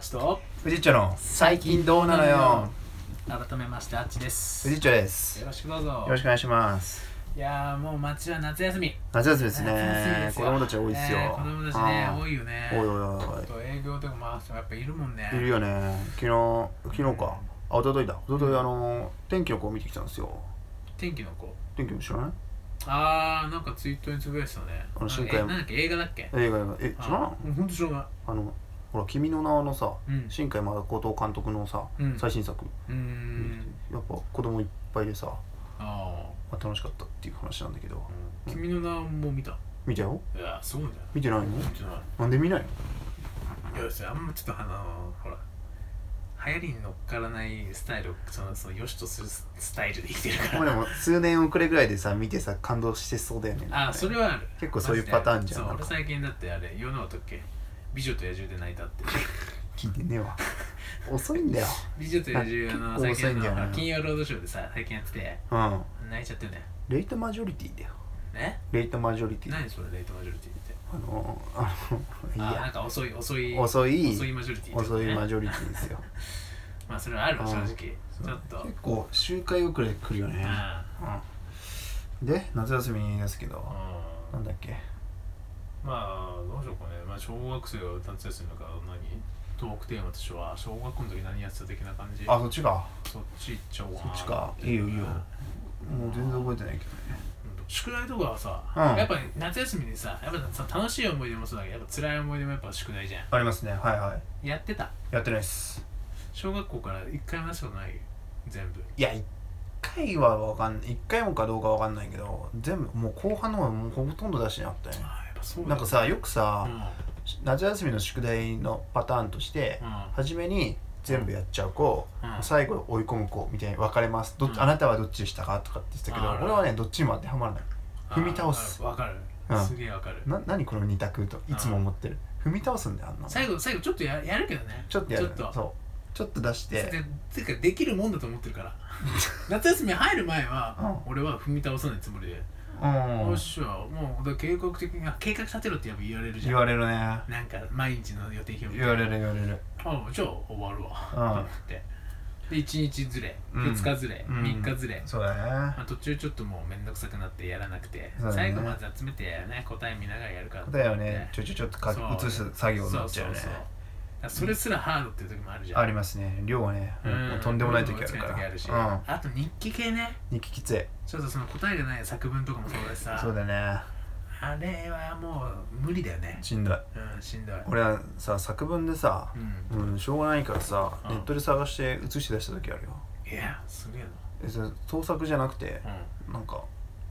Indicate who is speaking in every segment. Speaker 1: ちと
Speaker 2: フジッチョの
Speaker 1: 最
Speaker 2: 近どうなのよ
Speaker 1: 改めましてあっちです
Speaker 2: フジッチョです
Speaker 1: よ
Speaker 2: よ
Speaker 1: ろしくどうぞ
Speaker 2: ろしくお願いします
Speaker 1: いやーもう街は夏休み
Speaker 2: 夏休みです
Speaker 1: 夏休みで
Speaker 2: ね
Speaker 1: す
Speaker 2: 子
Speaker 1: よ
Speaker 2: 供たち多いですよ
Speaker 1: ね子供たちね
Speaker 2: あー
Speaker 1: 多いよね
Speaker 2: おいおいおい
Speaker 1: あと営業とか回す人もやっぱいるもんね
Speaker 2: いるよね昨日昨日かあ一昨日だ一昨日あの天気の子を見てきたんですよ
Speaker 1: 天気の子
Speaker 2: 天気の子知らない
Speaker 1: あーなんかツイートにつぶやいてたね
Speaker 2: あの新
Speaker 1: な
Speaker 2: 海
Speaker 1: んかえなんだっけ映画だっけ
Speaker 2: 映画映画え知らない
Speaker 1: あーほんとしょうが
Speaker 2: あのほら君の名はのさ
Speaker 1: うん
Speaker 2: 新海誠監督のさ
Speaker 1: うん
Speaker 2: 最新作
Speaker 1: うーん
Speaker 2: やっぱ子供いっぱいでさ
Speaker 1: あ
Speaker 2: まあ楽しかったっていう話なんだけど
Speaker 1: ー君の名も見た
Speaker 2: 見たよ
Speaker 1: いやーすごいんだよ
Speaker 2: 見てないの
Speaker 1: 見てない
Speaker 2: なんで見ないの
Speaker 1: いやそれあんまちょっとあのーほら流行りに乗っからないスタイルをそのその良しとするススタイルで生きてるか
Speaker 2: まあ
Speaker 1: ら
Speaker 2: でも数年遅れぐらいでさ見てさ感動してそうだよね
Speaker 1: あそれはある
Speaker 2: 結構そういうパターンじゃん
Speaker 1: マ
Speaker 2: なん
Speaker 1: ジで
Speaker 2: か
Speaker 1: そう俺最近だってあれ世の音っけ美女と野獣で泣いたって
Speaker 2: 聞いてね えわ遅いんだよ
Speaker 1: 美女と野獣あの
Speaker 2: あ
Speaker 1: 最
Speaker 2: 結構遅
Speaker 1: 近
Speaker 2: いんだよな
Speaker 1: の金曜ロードショーでさ最近やってて
Speaker 2: うん
Speaker 1: 泣いちゃってね
Speaker 2: レイトマジョリティだよ
Speaker 1: ね
Speaker 2: レイトマジョリティ
Speaker 1: 何それレイトマジョリティって
Speaker 2: あのあのい
Speaker 1: あなん
Speaker 2: や
Speaker 1: か遅い遅い
Speaker 2: 遅い
Speaker 1: 遅いマジョリティってこと
Speaker 2: 遅
Speaker 1: ね
Speaker 2: いマジョリティです よ
Speaker 1: まあそれはある
Speaker 2: うん
Speaker 1: 正直ちょっと
Speaker 2: 結構周回遅れ来るよね
Speaker 1: あ
Speaker 2: うんで夏休みですけど
Speaker 1: あうん
Speaker 2: なんだっけ
Speaker 1: まあどうしようかね、まあ、小学生が夏休みだから何トークテーマとしては小学校の時何やってた的な感じ
Speaker 2: あそっちか
Speaker 1: そっち行っちゃおうか
Speaker 2: そ
Speaker 1: な
Speaker 2: っちかいいよいいよもう全然覚えてないけどね
Speaker 1: 宿題とかはさ、
Speaker 2: うん
Speaker 1: やっぱ夏休みでさやっぱさ楽しい思い出もそうだけどやっぱ辛い思い出もやっぱ宿題じゃ
Speaker 2: ありますねはいはい
Speaker 1: んやってた
Speaker 2: やってないっす
Speaker 1: 小学校から一回も出したことない全部
Speaker 2: いや一回はわかんない一回もかどうかわかんないけど全部もう後半の方はもうほとんど出してなくて
Speaker 1: ああやっぱそうだ
Speaker 2: なんかさよく
Speaker 1: う
Speaker 2: さ
Speaker 1: ん、うん
Speaker 2: 夏休みの宿題のパターンとして、初めに全部やっちゃう子、
Speaker 1: うん
Speaker 2: 最後追い込む子みたいに分かれますどっ
Speaker 1: う
Speaker 2: ち、
Speaker 1: ん
Speaker 2: あなたはどっちでしたかとかって言ってたけど
Speaker 1: あー
Speaker 2: 俺はねどっちにも当てはまらない
Speaker 1: あー
Speaker 2: 踏み倒す
Speaker 1: わかる
Speaker 2: うん
Speaker 1: すげえわかる
Speaker 2: な何この二択といつも思ってる、踏み倒すんだよあんなの
Speaker 1: 最後最後ちょっとややるけどね
Speaker 2: ちょっとやる
Speaker 1: ちょっと
Speaker 2: そうちょっと出して
Speaker 1: でてかできるもんだと思ってるから 夏休み入る前は、
Speaker 2: う
Speaker 1: 俺は踏み倒さないつもりで、
Speaker 2: うん
Speaker 1: よっしゃもうだから計画的にあ計画立てろってやっぱ言われるじ
Speaker 2: 言
Speaker 1: ゃん
Speaker 2: われるね
Speaker 1: なんか毎日の予定表みた
Speaker 2: 言
Speaker 1: いな
Speaker 2: われる言われる
Speaker 1: あじゃあ終わる
Speaker 2: う
Speaker 1: わ
Speaker 2: ん
Speaker 1: って言ってで1日ずれ
Speaker 2: うん
Speaker 1: 2日ずれ、
Speaker 2: うん
Speaker 1: 3日ずれ、
Speaker 2: そうだね
Speaker 1: まあ、途中ちょっともうめんどくさくなってやらなくて、
Speaker 2: そうだね
Speaker 1: 最後まで集めてね答え見ながらやるから
Speaker 2: だよねちょちょちょっとか
Speaker 1: そう
Speaker 2: 移す作業になっちゃうね
Speaker 1: そうそうそうだからそれすらハードっていう時もあるじゃん
Speaker 2: ありますね量はね、
Speaker 1: う
Speaker 2: もうとんでもない時あるか
Speaker 1: とんでもない時あるし
Speaker 2: ら
Speaker 1: あと日記系ね
Speaker 2: うん日記きつい
Speaker 1: ちょっとその答えがない作文とかもそうだしさ
Speaker 2: そうだね
Speaker 1: あれはもう無理だよね
Speaker 2: しんどい
Speaker 1: うんしんどい
Speaker 2: 俺はさ作文でさ
Speaker 1: う、ん
Speaker 2: うん、しょうがないからさ、
Speaker 1: うん
Speaker 2: ネットで探して写して出した時あるよ
Speaker 1: いやすげえ
Speaker 2: えそれ盗作じゃなくて
Speaker 1: なうん
Speaker 2: なんか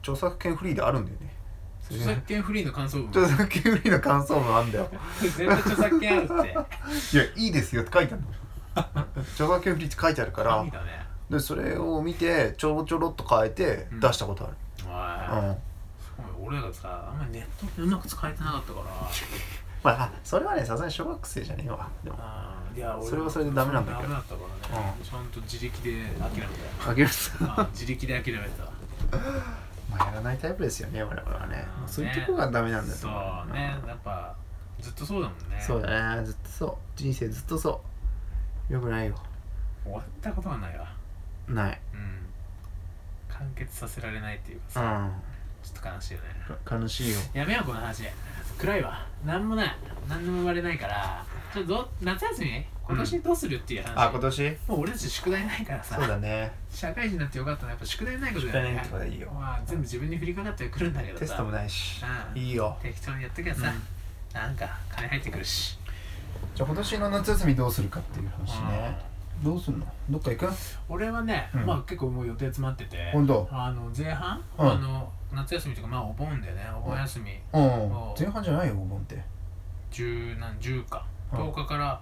Speaker 2: 著作権フリーであるんだよね
Speaker 1: 著作権フリーの感想文
Speaker 2: 著作権フリーの感想文あんだよ
Speaker 1: 絶対著作権あ るって
Speaker 2: いやいいですよって書いてあるの 著作権フリーって書いてあるから
Speaker 1: 神だね
Speaker 2: でそれを見てちょろちょろっと変えて
Speaker 1: うん
Speaker 2: 出したことある、
Speaker 1: おい
Speaker 2: うん
Speaker 1: すごい俺らがさあんまりネットでうまく使えてなかったから
Speaker 2: まあそれはねさすがに小学生じゃねえわでも
Speaker 1: あーいや俺
Speaker 2: それはそれでダメなんだけど
Speaker 1: ダメだったからね
Speaker 2: う
Speaker 1: ちゃんと自力で諦めたよ
Speaker 2: かけるさん
Speaker 1: あー自力で諦めたわ
Speaker 2: まあやらないタイプですよね我々はね
Speaker 1: あー
Speaker 2: まあそういうとこがダメ なんだと
Speaker 1: そ
Speaker 2: 思
Speaker 1: うねやっぱずっとそうだもんね
Speaker 2: そうだねずっとそう人生ずっとそうよくないよ
Speaker 1: 終わったことはないわ
Speaker 2: ない
Speaker 1: うん完結させられないっていうか
Speaker 2: う
Speaker 1: さ、
Speaker 2: ん
Speaker 1: ちょっと悲しいよね
Speaker 2: か悲しいよ
Speaker 1: やめようこの話暗いわなんもないなんでも生まれないからちょっとど夏休み今年どうするっていう話、
Speaker 2: あ今年
Speaker 1: もう俺たち宿題ないからさ
Speaker 2: そうだね
Speaker 1: 社会人になってよかったのはやっぱ宿題ないこと
Speaker 2: 宿
Speaker 1: だよ
Speaker 2: 題
Speaker 1: ね
Speaker 2: ないとかでいいよ
Speaker 1: まあ、全部自分に降りかかってくるんだけどさ
Speaker 2: テストもないし
Speaker 1: うん
Speaker 2: いいよ
Speaker 1: 適当にやっときゃさ、なんか金入ってくるし、
Speaker 2: じゃあ今年の夏休みどうするかっていう話ねどうすんのどっか行く
Speaker 1: 俺はね、
Speaker 2: うん
Speaker 1: まあ結構もう予定詰まってて
Speaker 2: ほんと
Speaker 1: あの前半、
Speaker 2: うん
Speaker 1: あの夏休みというかまあお盆だよねお盆休み、
Speaker 2: うん
Speaker 1: そう
Speaker 2: 前半じゃないよお盆って
Speaker 1: 10何10か
Speaker 2: うん
Speaker 1: 10日から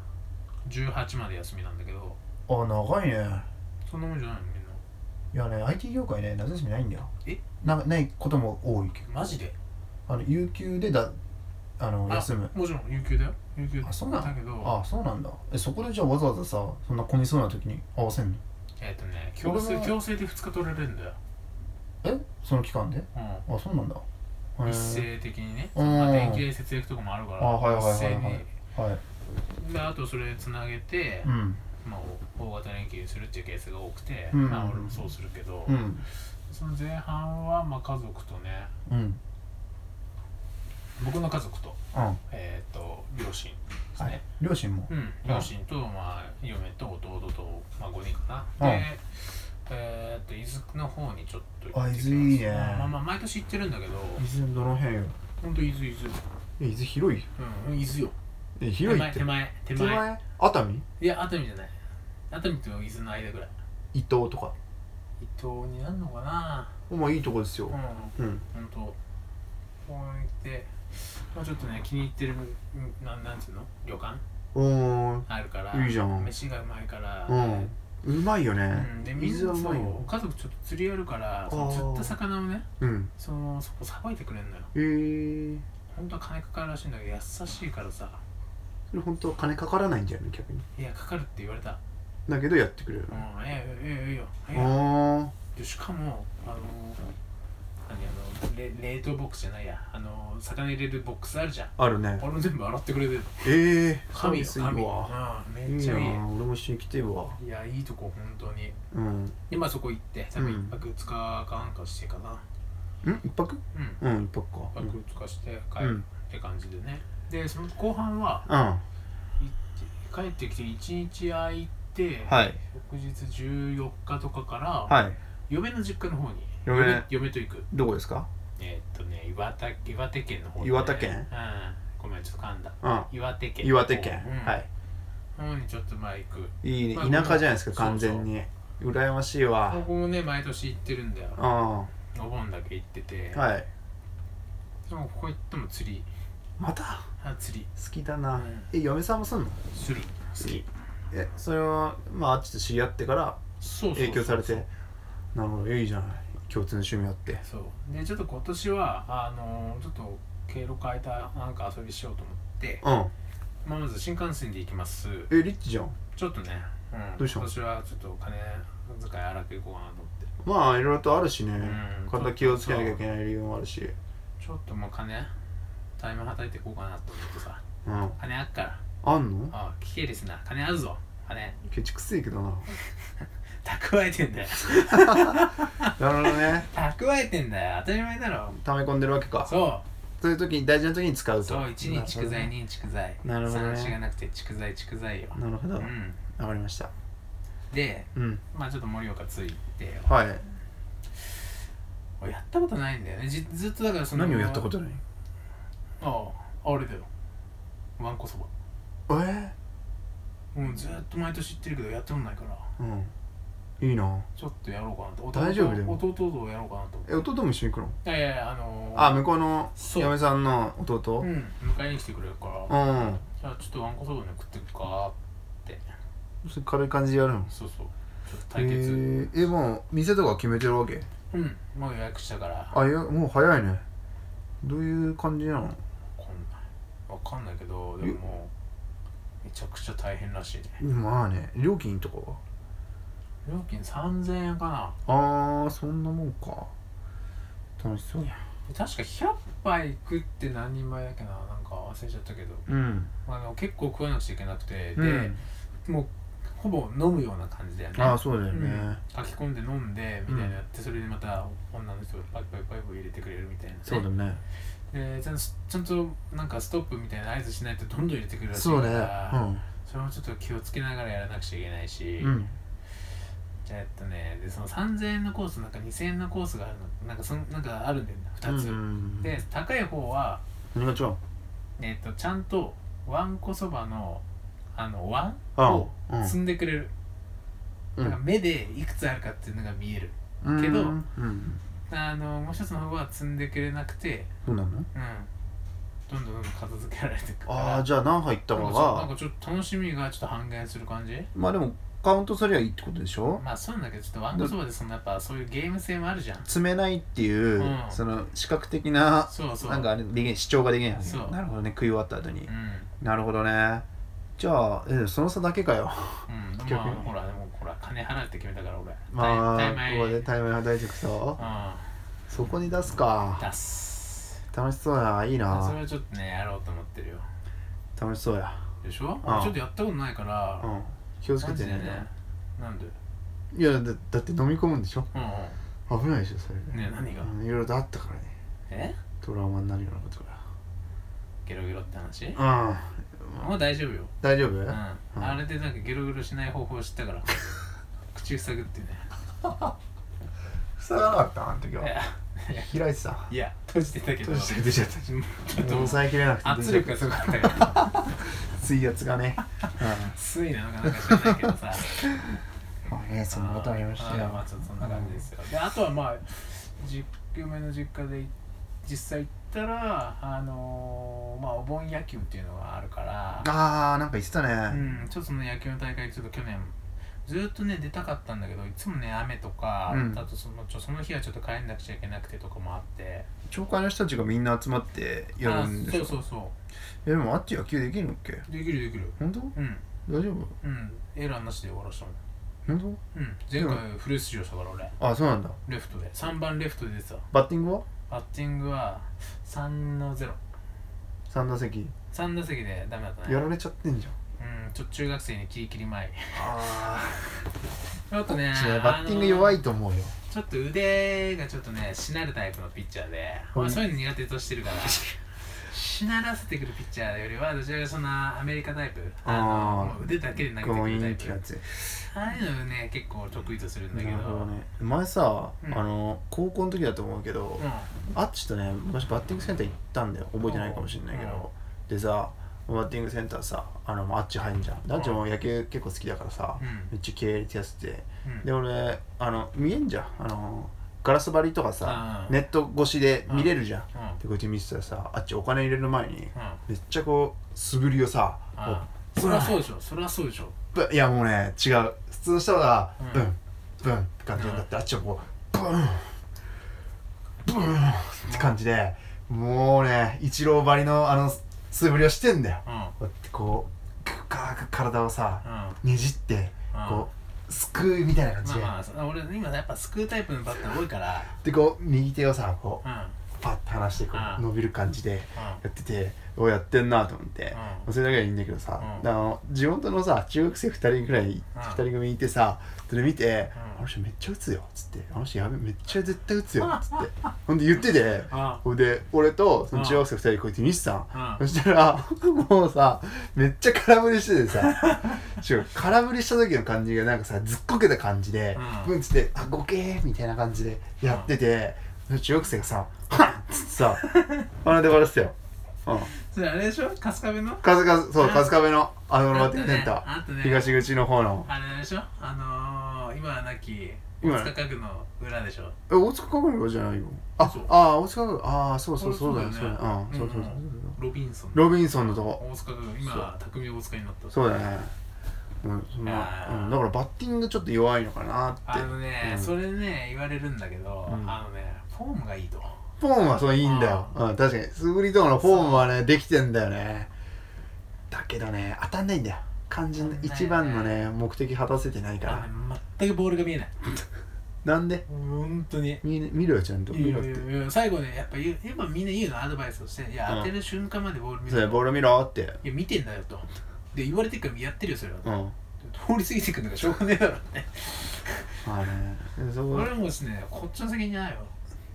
Speaker 1: 18まで休みなんだけど
Speaker 2: あ長いね
Speaker 1: そんなもんじゃないのみんない
Speaker 2: やね IT 業界ね夏休みないんだよ
Speaker 1: え
Speaker 2: なないことも多いけど
Speaker 1: マジで
Speaker 2: あの有給でだあの
Speaker 1: あ
Speaker 2: 休む
Speaker 1: もちろん有給だよ有給
Speaker 2: あそうなの
Speaker 1: だけど
Speaker 2: あそうなんだえそこでじゃあわざわざさそんな混みそうな時に合わせんの
Speaker 1: えっ、とね強制
Speaker 2: 俺も
Speaker 1: 強制で2日取られるんだよ、
Speaker 2: えその期間で
Speaker 1: う
Speaker 2: あそうなんだ
Speaker 1: ん、
Speaker 2: へー
Speaker 1: 一斉的にね、
Speaker 2: うん
Speaker 1: まあ、電気節約とかもあるから
Speaker 2: あはいはいはいはい
Speaker 1: 一斉に
Speaker 2: はい
Speaker 1: であとそれつなげて、
Speaker 2: うん
Speaker 1: まあ、お大型連休にするっていうケースが多くて、
Speaker 2: うん
Speaker 1: まあ俺もそうするけど、
Speaker 2: うん
Speaker 1: その前半はまあ家族とね
Speaker 2: うんうん
Speaker 1: 僕の家族と,、
Speaker 2: は
Speaker 1: えー、と両親ですね、
Speaker 2: い両親も
Speaker 1: うん、両親と、まあ、嫁と弟と、まあ、5人かな、
Speaker 2: うん
Speaker 1: でえー、っと伊豆の方にちょっと
Speaker 2: あ
Speaker 1: 行ってき
Speaker 2: 伊豆いいね
Speaker 1: まあまあ毎年行ってるんだけど
Speaker 2: 伊豆どの辺よ
Speaker 1: ほんと伊豆伊豆
Speaker 2: え伊豆広い
Speaker 1: うん伊豆よ
Speaker 2: え広いって
Speaker 1: 手前手前手前
Speaker 2: 手前熱海
Speaker 1: いや熱海じゃない熱海と伊豆の間ぐらい
Speaker 2: 伊東とか
Speaker 1: 伊東になるのかな
Speaker 2: まあいいとこですよ
Speaker 1: うん
Speaker 2: うん
Speaker 1: ほんとこう行って、まあ、ちょっとね気に入ってるうんなんなんていうの旅館
Speaker 2: おー
Speaker 1: あるから
Speaker 2: いいじゃん
Speaker 1: 飯がうまいから、
Speaker 2: うんうまいよね
Speaker 1: うん、でみ
Speaker 2: 伊
Speaker 1: んな
Speaker 2: 豆はう
Speaker 1: そ
Speaker 2: ま
Speaker 1: う
Speaker 2: いよ
Speaker 1: 家族ちょっと釣りやるからその釣った魚をね
Speaker 2: うん
Speaker 1: そのそこさばいてくれんのよ
Speaker 2: へえ
Speaker 1: 本当は金かかるらしいんだけど優しいからさ
Speaker 2: それ本当は金かからないんだよね逆に
Speaker 1: いやかかるって言われた
Speaker 2: だけどやってくれる
Speaker 1: うんええええええよええよ
Speaker 2: あ
Speaker 1: でしかもあの何あのれ冷凍ボックスじゃないやあの魚入れるボックスあるじゃん
Speaker 2: ああるね
Speaker 1: 俺も全部洗ってくれてる
Speaker 2: ええ
Speaker 1: 神よ
Speaker 2: すいい
Speaker 1: 神
Speaker 2: わ
Speaker 1: うん
Speaker 2: い
Speaker 1: めっ
Speaker 2: い
Speaker 1: ち
Speaker 2: な
Speaker 1: ゃいい
Speaker 2: 俺も一緒に来てるわ
Speaker 1: いやいいとこ本当に
Speaker 2: うんん
Speaker 1: でまあそこ行って多分
Speaker 2: うん
Speaker 1: 一泊二日かなんかしてかな
Speaker 2: 一泊
Speaker 1: うん
Speaker 2: うん一泊か
Speaker 1: 一泊二日して帰
Speaker 2: うんう
Speaker 1: る
Speaker 2: ん
Speaker 1: って感じでねでその後半は
Speaker 2: うん
Speaker 1: 帰ってきて1日空いて、
Speaker 2: はい
Speaker 1: 翌日14日とかから、
Speaker 2: はい
Speaker 1: 嫁の実家の方に
Speaker 2: 嫁
Speaker 1: 嫁嫁と行く
Speaker 2: どこですか
Speaker 1: えーっとね岩田岩手県の方、ね、
Speaker 2: 岩手県
Speaker 1: うんごめんちょっと噛んだ
Speaker 2: うん
Speaker 1: 岩手県の方
Speaker 2: 岩手県
Speaker 1: うん、
Speaker 2: はい
Speaker 1: 方にちょっとまあ行く
Speaker 2: いいね
Speaker 1: ま
Speaker 2: 田
Speaker 1: あ
Speaker 2: 舎じゃないですか完全に羨ましい
Speaker 1: こ
Speaker 2: わ
Speaker 1: こもね毎年行ってるんだよ
Speaker 2: うんは
Speaker 1: お盆だけ行ってて、
Speaker 2: い
Speaker 1: でもここ行っても釣り
Speaker 2: また
Speaker 1: あ釣り
Speaker 2: 好きだな
Speaker 1: うん
Speaker 2: え嫁さんもすんの
Speaker 1: する好き
Speaker 2: えそれはまああっちと知り合ってから
Speaker 1: そうそうそう
Speaker 2: 影響されてなるほどいいじゃない共通の趣味あって
Speaker 1: そうでちょっと今年はあのちょっと経路変えたなんか遊びしようと思って、
Speaker 2: うん
Speaker 1: まあ、まず新幹線で行きます
Speaker 2: えリッチじゃん
Speaker 1: ちょっとね、うん、
Speaker 2: どうしたの
Speaker 1: 今年はちょっと金遣い荒くいこうかなと思って
Speaker 2: まあいろいろとあるしね
Speaker 1: うん
Speaker 2: 体気をつけなきゃいけない理由もあるし
Speaker 1: ちょっともう金タイムはたいていこうかなと思ってさ
Speaker 2: うん
Speaker 1: 金あっから
Speaker 2: あんの
Speaker 1: ああ聞けですな金あるぞ金
Speaker 2: ケチくせえけど な
Speaker 1: 蓄えてんだよ
Speaker 2: なるほどね
Speaker 1: 蓄えてんだよ当たり前だろ
Speaker 2: 溜め込んでるわけか
Speaker 1: そ
Speaker 2: そういう時に大事な時に使う
Speaker 1: う
Speaker 2: と
Speaker 1: そう一に蓄財
Speaker 2: に
Speaker 1: 二に蓄財
Speaker 2: なるほどね
Speaker 1: 三しがなくて蓄財蓄財よ
Speaker 2: なるほど
Speaker 1: う
Speaker 2: わか
Speaker 1: ん
Speaker 2: りました
Speaker 1: で
Speaker 2: うん
Speaker 1: まあちょっと盛岡ついて
Speaker 2: はい
Speaker 1: 俺やったことないんだよねじずっとだからその
Speaker 2: 何をやったことない
Speaker 1: あああれだよわんこそば
Speaker 2: え
Speaker 1: うんずーっと毎年行ってるけどやったことないから
Speaker 2: ーうんいいな
Speaker 1: ちょっとやろうかなと弟と
Speaker 2: 大丈夫でも
Speaker 1: 弟とやろうかなと思って
Speaker 2: え弟も一緒に行くの
Speaker 1: いやいやいやあのー、
Speaker 2: あ向こうの
Speaker 1: そう
Speaker 2: 嫁さんの弟
Speaker 1: うん迎えに来てくれるから、
Speaker 2: う
Speaker 1: じゃ
Speaker 2: ん
Speaker 1: あちょっとわんこそばでも食ってくかって
Speaker 2: それ軽い感じでやるの
Speaker 1: そうそうちょっと
Speaker 2: え
Speaker 1: 対決、
Speaker 2: ー、えもう店とか決めてるわけ
Speaker 1: うんもう予約したから
Speaker 2: あいやもう早いねどういう感じなの
Speaker 1: こんないわかんないけどでももうめちゃくちゃ大変らしいね
Speaker 2: まあね料金とかは
Speaker 1: 料金3000円かな
Speaker 2: あーそんなもんか楽しそう
Speaker 1: で確か100杯行くって何人前だっけななんか忘れちゃったけど
Speaker 2: うん
Speaker 1: あの結構食わなくちゃいけなくて、
Speaker 2: うん
Speaker 1: でもうほぼ飲むような感じだよね
Speaker 2: ああそうだよ
Speaker 1: う
Speaker 2: ね、
Speaker 1: ん書き込んで飲んでみたいなやって、それでまた女の人がパイパイパイパイ入れてくれるみたいなね、
Speaker 2: そうだね
Speaker 1: でちゃんとちゃんとなんかストップみたいな合図しないとどんどん入れてくるらしい
Speaker 2: そう
Speaker 1: か
Speaker 2: ね
Speaker 1: らそれもちょっと気をつけながらやらなくちゃいけないし、
Speaker 2: うんうん
Speaker 1: じゃあえっとねでその3000円のコースなんか2000円のコースがあるのなんかそんなんかあるんだよね2つ、
Speaker 2: うん、
Speaker 1: で高い方は
Speaker 2: 何が違うの
Speaker 1: えっとちゃんとわんこそばのあのわん
Speaker 2: あ
Speaker 1: を
Speaker 2: うん
Speaker 1: 積んでくれる、
Speaker 2: うん
Speaker 1: なんか目でいくつあるかっていうのが見える
Speaker 2: うん
Speaker 1: けど
Speaker 2: うん
Speaker 1: あのもう一つの方は積んでくれなくて
Speaker 2: そうなの
Speaker 1: うんどんどんどんどん片付けられていくから
Speaker 2: ああじゃあ何杯いったか
Speaker 1: なんかそうなん
Speaker 2: が
Speaker 1: かちょっと楽しみがちょっと半減する感じ
Speaker 2: まあでもカウントすりゃいいってことでしょ
Speaker 1: まあそうなんだけどちょっとわんこそばでそのやっぱそういうゲーム性もあるじゃん
Speaker 2: 詰めないっていう、
Speaker 1: うん
Speaker 2: その視覚的な
Speaker 1: そうそう
Speaker 2: なんかあれできん主張ができない
Speaker 1: そう
Speaker 2: なるほどね食い終わった後に
Speaker 1: うん
Speaker 2: なるほどねじゃあ、えーその差だけか よ
Speaker 1: うん
Speaker 2: 結局
Speaker 1: まあほらでもほら金払うって決めたから俺
Speaker 2: ま
Speaker 1: タイ
Speaker 2: あ
Speaker 1: タイ
Speaker 2: ここ
Speaker 1: 米
Speaker 2: でタイマーは大丈夫さそこに出す
Speaker 1: うん
Speaker 2: か
Speaker 1: 出す
Speaker 2: 楽しそうやいい
Speaker 1: そ
Speaker 2: な
Speaker 1: れをちょっとねやろうと思ってるよ
Speaker 2: 楽しそうや
Speaker 1: でしょ、
Speaker 3: うん
Speaker 1: ちょっとやったことないから、
Speaker 3: うん
Speaker 2: 気をつけ
Speaker 1: マ
Speaker 2: て
Speaker 1: ジで
Speaker 2: ね
Speaker 1: ねなんで
Speaker 2: いやだだって飲み込むんでしょ
Speaker 1: うん
Speaker 2: 危ないでしょそれ
Speaker 1: うんね何が、
Speaker 2: うんいろいろとあったからね
Speaker 1: え
Speaker 2: トラウマになるようなことが
Speaker 1: ゲロゲロって話、
Speaker 2: うん
Speaker 1: もう大丈夫よ、
Speaker 2: 大丈夫
Speaker 1: うん
Speaker 2: うん
Speaker 1: あれでなんかゲロゲロしない方法を知ったから口塞ぐっていうね
Speaker 3: 塞がなかったあの時はい
Speaker 1: や
Speaker 3: 開いてた
Speaker 1: いや閉じてたけど
Speaker 2: 閉じて出ちゃった
Speaker 1: ちょっともう
Speaker 2: 抑えきれなくて
Speaker 1: 圧力がすごかったから
Speaker 2: 水圧 がねう
Speaker 1: 水なのかなんか知らないけどさ
Speaker 2: んまあねそんなことありました
Speaker 1: あ
Speaker 2: よ
Speaker 1: ーまあちょっとそんな感じですよであとはまあ実家嫁の実家で実際行ったらあのーまあお盆野球っていうのがあるから
Speaker 2: あーなんか言ってた
Speaker 1: う
Speaker 2: ね
Speaker 1: んちょっとその野球の大会ちょっと去年ずーっとね出たかったんだけどいつもね雨とか、
Speaker 2: うん
Speaker 1: あとそのちょその日はちょっと帰んなくちゃいけなくてとかもあって
Speaker 2: 教会の人たちがみんな集まってや
Speaker 1: あ
Speaker 2: るんでし
Speaker 1: そう
Speaker 2: ょ
Speaker 1: そうそ
Speaker 2: えでもあっち野球できるのっけ
Speaker 1: うできるできる
Speaker 2: 本当
Speaker 1: うん
Speaker 2: 大丈夫
Speaker 1: うんエラーなしで終わらしたもん
Speaker 2: 本
Speaker 1: うん前回フル出場したから俺
Speaker 2: 当あそうなんだ
Speaker 1: レフトで3番レフトで出てた
Speaker 2: バッティングは
Speaker 1: バッティングは3の0
Speaker 2: 3打席
Speaker 1: 3打席でダメだったね
Speaker 2: やられちゃってんじゃん
Speaker 1: うんちょ中学生にキリキリ 前
Speaker 2: あ
Speaker 1: ちょっとね
Speaker 2: あバッティング弱
Speaker 1: あ
Speaker 2: いと思うよ
Speaker 1: のちょっと腕がちょっとねしなるタイプのピッチャーで、
Speaker 2: うん
Speaker 1: まあ、そういうの苦手としてるからしならせてくるピッチャーよりはどちらかそんなアメリカタイプあの
Speaker 2: あー
Speaker 1: もう腕だけで投げて
Speaker 2: 強
Speaker 1: くるタ
Speaker 2: 引
Speaker 1: イ
Speaker 2: って
Speaker 1: プ
Speaker 2: やつ
Speaker 1: ああいうのね結構得意とするんだ
Speaker 2: な
Speaker 1: けど
Speaker 2: るほどね前さ、
Speaker 1: うん
Speaker 2: あの高校の時だと思うけど、あっちとね昔バッティングセンター行ったんだよ覚えてないかもしれないけど、でさバッティングセンターさあのもうあっち入んじゃんであっちも野球結構好きだからさ、
Speaker 1: うん
Speaker 2: めっちゃ気合い入れてやってて
Speaker 1: うんうん
Speaker 2: で俺あの見えんじゃんあのガラス張りとかさ、
Speaker 1: うん
Speaker 2: ネット越しで見れるじゃん、
Speaker 1: うん
Speaker 2: でこっち見てたらさあっちお金入れる前に、
Speaker 1: うん
Speaker 2: めっちゃこう素振りをさ
Speaker 1: あ
Speaker 2: こう
Speaker 1: そりゃそうでしょそりゃそうでしょ
Speaker 2: ブンいやもうね違う普通の人は
Speaker 1: うん
Speaker 2: ブンブンって感じになって、あっちはこうブンブンって感じでもうね一郎張りのあの素振りをしてんだよ
Speaker 1: うんうん
Speaker 2: こうやってこうガーガー体をさねじって
Speaker 1: うん
Speaker 2: こうすくうみたいな感じ
Speaker 1: まあ
Speaker 2: で、
Speaker 1: まあそ俺今やっぱ救うタイプのバッター多いから
Speaker 2: でこう右手をさこ
Speaker 1: う
Speaker 2: うん
Speaker 1: うん
Speaker 2: パッて離してこ
Speaker 1: う
Speaker 2: うん伸びる感じでやってておやってんなと思って、
Speaker 1: うん
Speaker 2: それだけはいいんだけどさ、
Speaker 1: うん
Speaker 2: であの地元のさ中学生2人ぐらい、2人組いてさそれ見て、
Speaker 1: うん
Speaker 2: あの人めっちゃ打つよ」っつって「あの人やべめっちゃ絶対打つよ」っつってほんで言ってて
Speaker 1: あ
Speaker 2: ほんで俺とその中学生2人こうやって見てたの
Speaker 1: あ
Speaker 2: そしたらもうさめっちゃ空振りして てさしかも空振りした時の感じがなんかさずっこけた感じで
Speaker 1: うん
Speaker 2: ブンっつって「あゴケー」みたいな感じでやってて、その中学生がさ「はっ!」っつって さ鼻で笑ってたよ。うん
Speaker 1: それあれでしょ春日部の
Speaker 2: 数々そう
Speaker 1: あ
Speaker 2: 春日部のあのバッティングセンタ
Speaker 1: あとねあと
Speaker 2: ー
Speaker 1: ね
Speaker 2: 東口の方の
Speaker 1: あれでしょあのー、今はなき
Speaker 2: 今
Speaker 1: 大
Speaker 2: は
Speaker 1: 塚家具の裏でしょ
Speaker 2: え大塚かぐじゃないよあ
Speaker 1: そう
Speaker 2: あー大塚かぐああそうそうそうだよ
Speaker 1: あれ
Speaker 2: そうだ
Speaker 1: そうだよね
Speaker 2: ようんそうそ
Speaker 1: うん
Speaker 2: うそうそう
Speaker 1: ロビンソン
Speaker 2: ロビンソンのとこ
Speaker 1: 大塚家具
Speaker 2: そ
Speaker 1: 今匠大塚になった
Speaker 2: そうだねうんそん
Speaker 1: あ
Speaker 2: な
Speaker 1: ー
Speaker 2: うんだからバッティングちょっと弱いのかなって
Speaker 1: あのね、
Speaker 2: うん
Speaker 1: それね言われるんだけど、
Speaker 2: うん
Speaker 1: あのねフォームがいいと
Speaker 2: フォームはそういいんだようん確かに素振りとかのフォームはねできてんだよねだけどね当たんないんだよ肝心
Speaker 1: 当たんな
Speaker 2: の
Speaker 1: いよね
Speaker 2: 一番のね目的果たせてないか
Speaker 1: あ
Speaker 2: ら
Speaker 1: のね全くボールが見えない
Speaker 2: なんで
Speaker 1: 本当に
Speaker 2: 見見ろよちゃんと
Speaker 1: い
Speaker 2: 見
Speaker 1: や
Speaker 2: ろっ
Speaker 1: い
Speaker 2: て
Speaker 1: やいや最後ねやっぱ言うやっぱみんな言うのアドバイスとしていや、
Speaker 2: うん
Speaker 1: 当てる瞬間までボール見
Speaker 2: そうだ
Speaker 1: る
Speaker 2: よボール見ろって
Speaker 1: いや見てんだよとで言われてるからやってるよそれは、
Speaker 2: うん
Speaker 1: 通り過ぎてくんだからしょうがねえだろって
Speaker 2: まあね、そ
Speaker 1: 俺
Speaker 2: う、
Speaker 1: もですねこっちの責任じゃないよ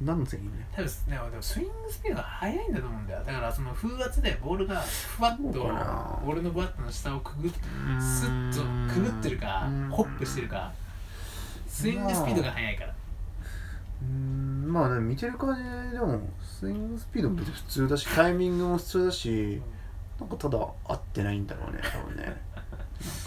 Speaker 2: 何の責任
Speaker 1: 多分ねでもスイングスピードが速いんだと思うんだよだからその風圧でボールがふわっ
Speaker 2: そうかな
Speaker 1: と俺のバットの下をくぐっスッとくぐってるかホップしてる。かスイングスピードが速いから
Speaker 2: うーん、まあね、見てる感じでも、スイングスピードも別に普通だし、タイミングも普通だし、なんかただ合ってないんだろうね、多 分ね。なん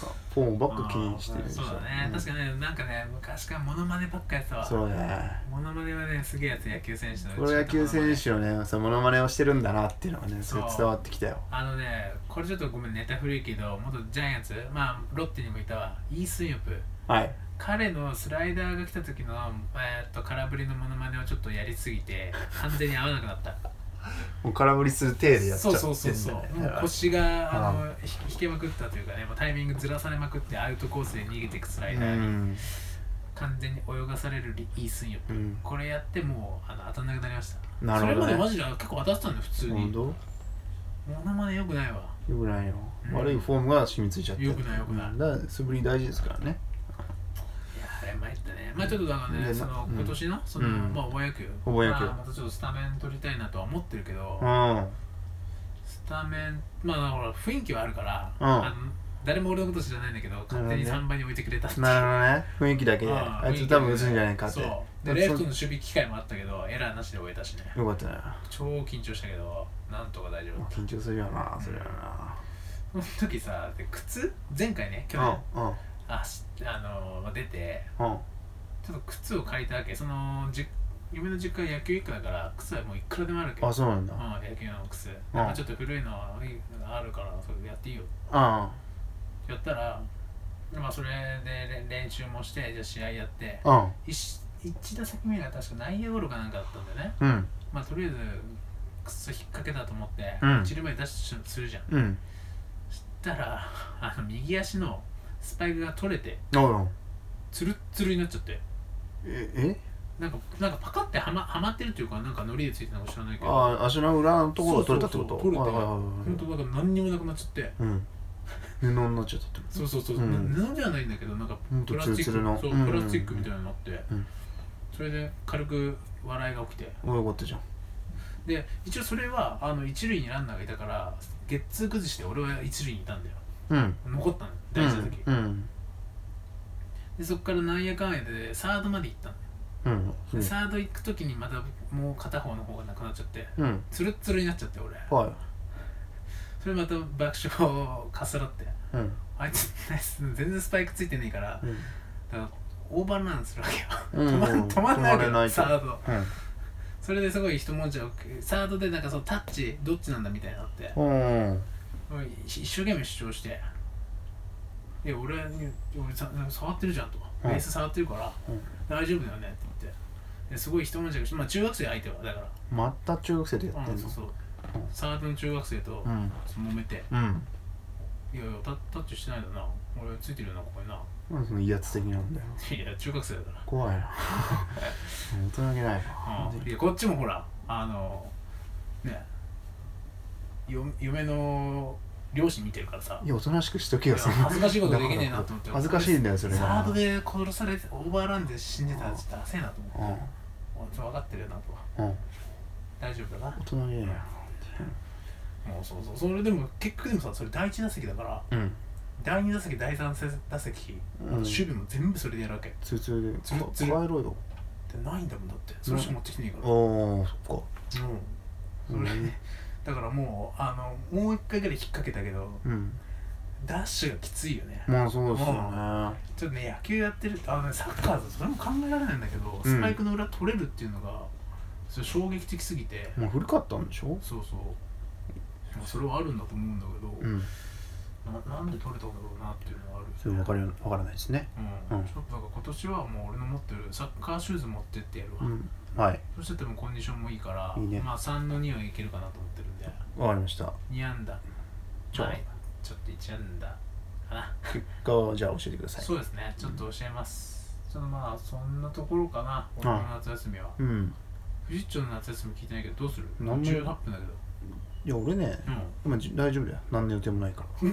Speaker 2: か、フォームばっか気にしてるんでし
Speaker 1: そ
Speaker 2: ょ
Speaker 1: うだね、確かねなんかね昔からモノマネばっかやってた
Speaker 2: う
Speaker 1: わ
Speaker 2: んそうね。
Speaker 1: モノマネはねすげえやつ野球選手の
Speaker 2: プロ野球選手のね、そのモノマネをしてるんだなっていうのがね、それ
Speaker 1: そう
Speaker 2: 伝わってきたよ。
Speaker 1: あのねこれちょっとごめんネタ古いけど元ジャイアンツまあロッテにもいたわイースンヨプ
Speaker 2: はい。
Speaker 1: 彼のスライダーが来た時の、えーっと空振りのモノマネをちょっとやりすぎて完全に合わなくなった
Speaker 2: もう空振りする体でやっちゃ
Speaker 1: そ
Speaker 2: っ
Speaker 1: う
Speaker 2: て
Speaker 1: そうそ
Speaker 2: んだね。
Speaker 1: うそうも
Speaker 2: だ
Speaker 1: う
Speaker 2: から
Speaker 1: 腰があのひ引けまくったというかねもうタイミングずらされまくってアウトコースで逃げていくスライダ
Speaker 2: う
Speaker 1: ーに、
Speaker 2: ん。
Speaker 1: 完全に泳がされるイースンヨプ、
Speaker 2: うん
Speaker 1: これやってもうあの当たんなくなりました
Speaker 2: なるほ
Speaker 1: それ
Speaker 2: どね
Speaker 1: までマジで結構当たってたんだよ普通にモ
Speaker 2: 本当
Speaker 1: ノマネよくないわ
Speaker 2: いよくないよ、
Speaker 1: うん
Speaker 2: 悪いフォームが染みついちゃって
Speaker 1: よくないよくない
Speaker 2: うんだから素振り大事ですからね
Speaker 1: いやあれ参ったねまあちょっとだからね
Speaker 2: で
Speaker 1: その
Speaker 2: うん
Speaker 1: 今年のその、
Speaker 2: うん
Speaker 1: まあ覚え野球
Speaker 2: 覚え野球
Speaker 1: まあ、またちょっとスタメン取りたいなとは思ってるけど、
Speaker 2: うんうん
Speaker 1: スタメンまあほら雰囲気はあるから、
Speaker 2: うん
Speaker 1: あの誰も俺のこと知らないんだけど勝手に
Speaker 2: なるほどね
Speaker 1: 3番に置いてくれたっていう
Speaker 2: なるほどね雰囲気だけで
Speaker 1: あ
Speaker 2: あ
Speaker 1: あ
Speaker 2: いつ多分打つんじゃないかって
Speaker 1: そうでレフトの守備機会もあったけどエラーなしで終えたしね
Speaker 2: よかったな
Speaker 1: 超緊張したけどなんとか大丈夫
Speaker 2: 緊張するよなそれはな
Speaker 1: その時さで靴前回ね去年
Speaker 2: うんうん
Speaker 1: あしあのー出て
Speaker 2: うん
Speaker 1: ちょっと靴を借りたわけそのじ夢の実家は野球一家だから靴はもういくらでもあるけど
Speaker 2: あそうなんだ
Speaker 1: うん、野球の靴、なんかちょっと古いのあるからそれやっていいよ
Speaker 2: う
Speaker 1: やったらまあそれで練習もしてじゃあ試合やって
Speaker 2: んうん
Speaker 1: 一一打席目が確か内野ゴロかなんかだったんだよね
Speaker 2: うん
Speaker 1: まあとりあえずくそ引っ掛けだと思って、
Speaker 2: うん
Speaker 1: 一塁までダッシュするじゃん
Speaker 2: うん
Speaker 1: したらあの右足のスパイクが取れて
Speaker 2: おう
Speaker 1: ツルッツルになっちゃって
Speaker 2: ええ
Speaker 1: なんかなんかパカってはまはまってるというかなんかのりでついてるのか知らないけど
Speaker 2: ああ足の裏のところが取れたってこと
Speaker 1: そうそうそう取れて
Speaker 2: はいはい
Speaker 1: 本当だから何にもなくなっちゃって
Speaker 2: はいはいうん布になっちゃったってこ
Speaker 1: そうそうそう、
Speaker 2: うん
Speaker 1: な布ではないんだけどなんか
Speaker 2: ほんと
Speaker 1: プラスチック
Speaker 2: ツルツルの
Speaker 1: そう
Speaker 2: うん
Speaker 1: プラスチックみたいなのあって、
Speaker 2: うん
Speaker 1: それで軽く笑いが起きて
Speaker 2: とおよかったじゃん
Speaker 1: で一応それはあの一塁にランナーがいたからゲッツー崩して俺は一塁にいたんだよ
Speaker 2: うん
Speaker 1: 残ったの大事な時、
Speaker 2: うん
Speaker 1: でそこからなんやかんやでサードまで行ったの、
Speaker 2: うんう
Speaker 1: で
Speaker 2: ん
Speaker 1: サード行く時にまたもう片方の方がなくなっちゃって
Speaker 2: うん
Speaker 1: ツルッツルになっちゃって俺
Speaker 2: は
Speaker 1: それまた爆笑をかっさらって
Speaker 2: いうん
Speaker 1: あいつナイス全然スパイクついてねえから
Speaker 2: うん
Speaker 1: だからオーバーランするわけよ
Speaker 2: うん
Speaker 1: 止ま
Speaker 2: うん
Speaker 1: 止まんないわけ
Speaker 2: 止まれな
Speaker 1: よ
Speaker 2: いと
Speaker 1: サード
Speaker 2: うん
Speaker 1: それですごい一文字をサードでなんかそのタッチどっちなんだみたいになって
Speaker 2: うん
Speaker 1: 俺一生懸命主張して「いや俺俺さ触ってるじゃん」と「
Speaker 2: うん
Speaker 1: ベース触ってるから、
Speaker 2: うん
Speaker 1: 大丈夫だよね」って言ってですごい一文字がまあ中学生相手はだか
Speaker 2: また中学生でや
Speaker 1: ら
Speaker 2: っ
Speaker 1: う
Speaker 2: て
Speaker 1: ん
Speaker 2: ん
Speaker 1: そ
Speaker 2: の
Speaker 1: うそう
Speaker 2: うん
Speaker 1: サードの中学生と
Speaker 2: うん
Speaker 1: 揉めて
Speaker 2: うん
Speaker 1: 「いやいやタタッチしてないだな俺ついてるよなここにな
Speaker 2: なんでその威圧的なんだよ」
Speaker 1: いや中学生だか
Speaker 2: 怖い な大人げない
Speaker 1: ら、
Speaker 2: わ
Speaker 1: うん、いやこっちもほらあのねよ嫁の両親見てるからさ
Speaker 2: いやおとなしくしとけ
Speaker 1: い
Speaker 2: よ
Speaker 1: や
Speaker 2: そん
Speaker 1: 恥ずかしいことできねえなと思って
Speaker 2: 恥ずかしいんだよそれが
Speaker 1: サードで殺されてオーバーランで死んでたらちょっと焦えなと思って俺ちょっと分かってるよなと
Speaker 2: うんうん
Speaker 1: 大丈夫だな
Speaker 2: 大人げないよ
Speaker 1: もうそうそうそれでも結局でもさそれ第1打席だから
Speaker 2: うん
Speaker 1: 第2打席第3打席、あと
Speaker 2: うん
Speaker 1: 守備も全部それでやるわけっ
Speaker 2: ツルツルで
Speaker 1: ツルツル
Speaker 2: 怖いろよ
Speaker 1: てないんだもんだってそれしか持ってきてねえから、
Speaker 2: おーそっか
Speaker 1: もう
Speaker 2: うん
Speaker 1: それでだからもうあのもう一回ぐらい引っ掛けたけど
Speaker 2: うん
Speaker 1: ダッシュがきついよね
Speaker 2: まあそうですよね
Speaker 1: ちょっとね野球やってるあの、ね、サッカーだとそれも考えられないんだけど、
Speaker 2: うん
Speaker 1: スパイクの裏取れるっていうのがそれ衝撃的すぎて、
Speaker 2: まあ古かったんでしょ
Speaker 1: そうそうまあそれはあるんだと思うんだけど、
Speaker 2: うん
Speaker 1: ななんで取れたんだろうなっていうのはある
Speaker 2: それ分かる分からないですね
Speaker 1: うん
Speaker 2: うん
Speaker 1: ちょっとだから今年はもう俺の持ってるサッカーシューズ持ってってやるわ、
Speaker 2: うんはい
Speaker 1: そしてでもコンディションもいいから
Speaker 2: いいね
Speaker 1: まあ3の2はいけるかなと思ってるんで
Speaker 2: 分かりました
Speaker 1: 2安打
Speaker 2: じゃあ
Speaker 1: はい、ちょっと1安打かな、
Speaker 2: 結果をじゃあ教えてください
Speaker 1: そうですねちょっと教えます、そのまあそんなところかな俺の夏休みは、
Speaker 2: うん
Speaker 1: 富士町の夏休み聞いてないけどどうする
Speaker 2: 何も
Speaker 1: ?18 分だけど
Speaker 2: いや俺ね今じ大丈夫だよ何の予定もないから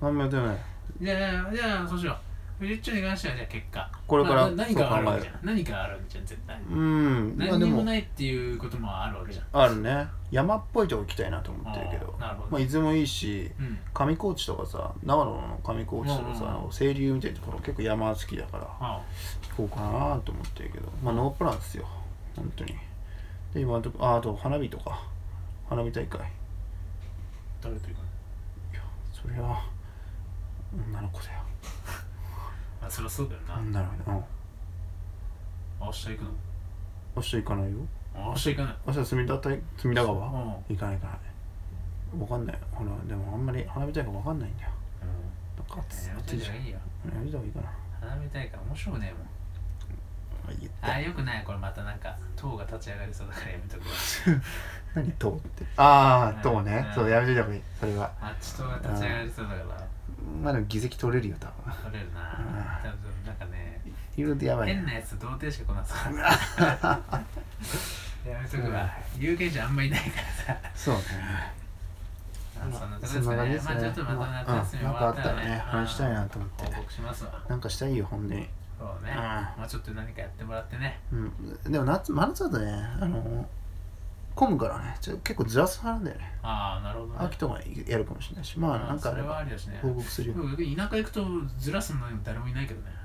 Speaker 2: 何の予定もない
Speaker 1: うんじゃあじゃあそうしよう富士町に関してはじゃあ結果
Speaker 2: これから
Speaker 1: な何かあるわけじ
Speaker 2: そう
Speaker 1: ゃん何かあるわけじゃん絶対
Speaker 2: うんまあ
Speaker 1: 何
Speaker 2: で
Speaker 1: にも
Speaker 2: も
Speaker 1: ないっていうこともあるわけじゃん
Speaker 2: あるね山っぽいとこ行きたいなと思ってるけど
Speaker 1: あーなるほど
Speaker 2: まあ伊豆もいいし
Speaker 1: うん
Speaker 2: 上高地とかさ長野の上高地とかさ、
Speaker 1: うんうんうん
Speaker 2: 清流みたいなところ結構山好きだから
Speaker 1: あ
Speaker 2: 行こうかなと思ってるけどまあノープランですよ本当にで今のとこああと花火とか花火大会
Speaker 1: 誰というか
Speaker 2: それは女の子だよ
Speaker 1: あそりゃそうだよな、
Speaker 2: 女の子うん
Speaker 1: 明日行くの
Speaker 2: 明日行かないよ
Speaker 1: 明日行かない
Speaker 2: 明日隅田大隅田川
Speaker 1: うん
Speaker 2: 行かない行かないわかんないほらでもあんまり花火大会わかんないんだよなんか暑
Speaker 1: やめ
Speaker 2: 暑
Speaker 1: と
Speaker 2: い
Speaker 1: い
Speaker 2: じ
Speaker 1: た
Speaker 2: ゃん
Speaker 1: 方がいいよ
Speaker 2: 花火大会いいかな
Speaker 1: 花火大会面白くねえもん
Speaker 2: あ言っ
Speaker 1: あ
Speaker 2: た
Speaker 1: あよくないこれまたなんか塔が立ち上がりそうだからやめと くわ
Speaker 2: 何とってあ
Speaker 1: うん
Speaker 2: あとね
Speaker 1: うん
Speaker 2: そうやめといた方がいいそれは
Speaker 1: あっち塔が立ち上がりそうだから
Speaker 2: まあでも議席取れるよ多分
Speaker 1: 取れるな多分なんかね
Speaker 2: いろいろとやばい
Speaker 1: 変
Speaker 2: ね
Speaker 1: なやつ童貞しか来なそうだ やめとくわ有権者あんまいないからさ
Speaker 2: そうね
Speaker 1: あそんなとことですかねまあちょっとまた夏休み終
Speaker 2: なんか
Speaker 1: わ
Speaker 2: あ
Speaker 1: っ
Speaker 2: ったた
Speaker 1: ら
Speaker 2: ら
Speaker 1: ね
Speaker 2: ね話したいなと思って
Speaker 1: 報告しますわ
Speaker 2: なんかしたいよ本当に
Speaker 1: そうね
Speaker 2: うん
Speaker 1: まあちょっと何かやってもらってね
Speaker 2: うんでも夏真夏だとねあの混むからねちょ結構ずらす派なんだよね
Speaker 1: ああなるほどね
Speaker 2: 秋とかやるかもしれないしまあなんか
Speaker 1: そ
Speaker 2: あ
Speaker 1: れ
Speaker 2: れ
Speaker 1: は
Speaker 2: ば
Speaker 1: ありだしね
Speaker 2: 報告する
Speaker 1: で
Speaker 2: よ
Speaker 1: も逆に田舎行くとずらすのに誰もいないけどね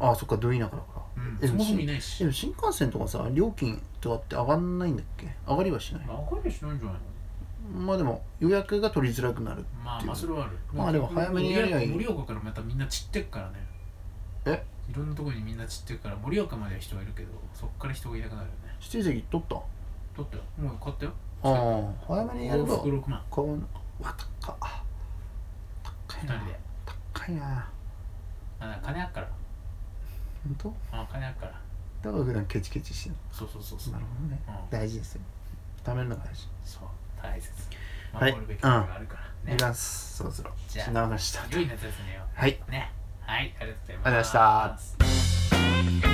Speaker 2: ああそっかど田舎だから
Speaker 1: うん
Speaker 2: え
Speaker 1: そもそもい
Speaker 2: し
Speaker 1: ない
Speaker 2: で
Speaker 1: し
Speaker 2: も新幹線とかさ料金とかって上がんないんだっけ上がりはしない
Speaker 1: まありはしないんじゃないの
Speaker 2: まあでも予約が取りづらくなる
Speaker 1: まあ
Speaker 2: っていう
Speaker 1: まあそれはある
Speaker 2: まあでも早めにやりゃいい
Speaker 1: 盛岡からまたみんな散ってくからね
Speaker 2: え
Speaker 1: いろんなところにみんな散ってくから盛岡までは人がいるけどそっから人がいなくなるよね
Speaker 2: 指定席取ったあ
Speaker 1: 取ったよもう買ったよ
Speaker 2: あ早めにやれ
Speaker 1: 往
Speaker 2: ば
Speaker 1: 復6万
Speaker 2: 買うのわ高っ高い
Speaker 1: 2
Speaker 2: な
Speaker 1: 人で
Speaker 2: 高いな
Speaker 1: あ金あっから
Speaker 2: 本当
Speaker 1: あ金あっから
Speaker 2: だから普段ケチケチしてる
Speaker 1: そうそうそうそう
Speaker 2: なるほどね
Speaker 1: うん
Speaker 2: 大事ですよ貯めるのが大事
Speaker 1: そう大切
Speaker 2: はい
Speaker 1: 守るべきものがあるからね
Speaker 2: いきますそろそろ
Speaker 1: じゃあ
Speaker 2: 品川でした
Speaker 1: 良い夏休みを
Speaker 2: はい
Speaker 1: ねはいありがとうございます
Speaker 2: ありがとうございました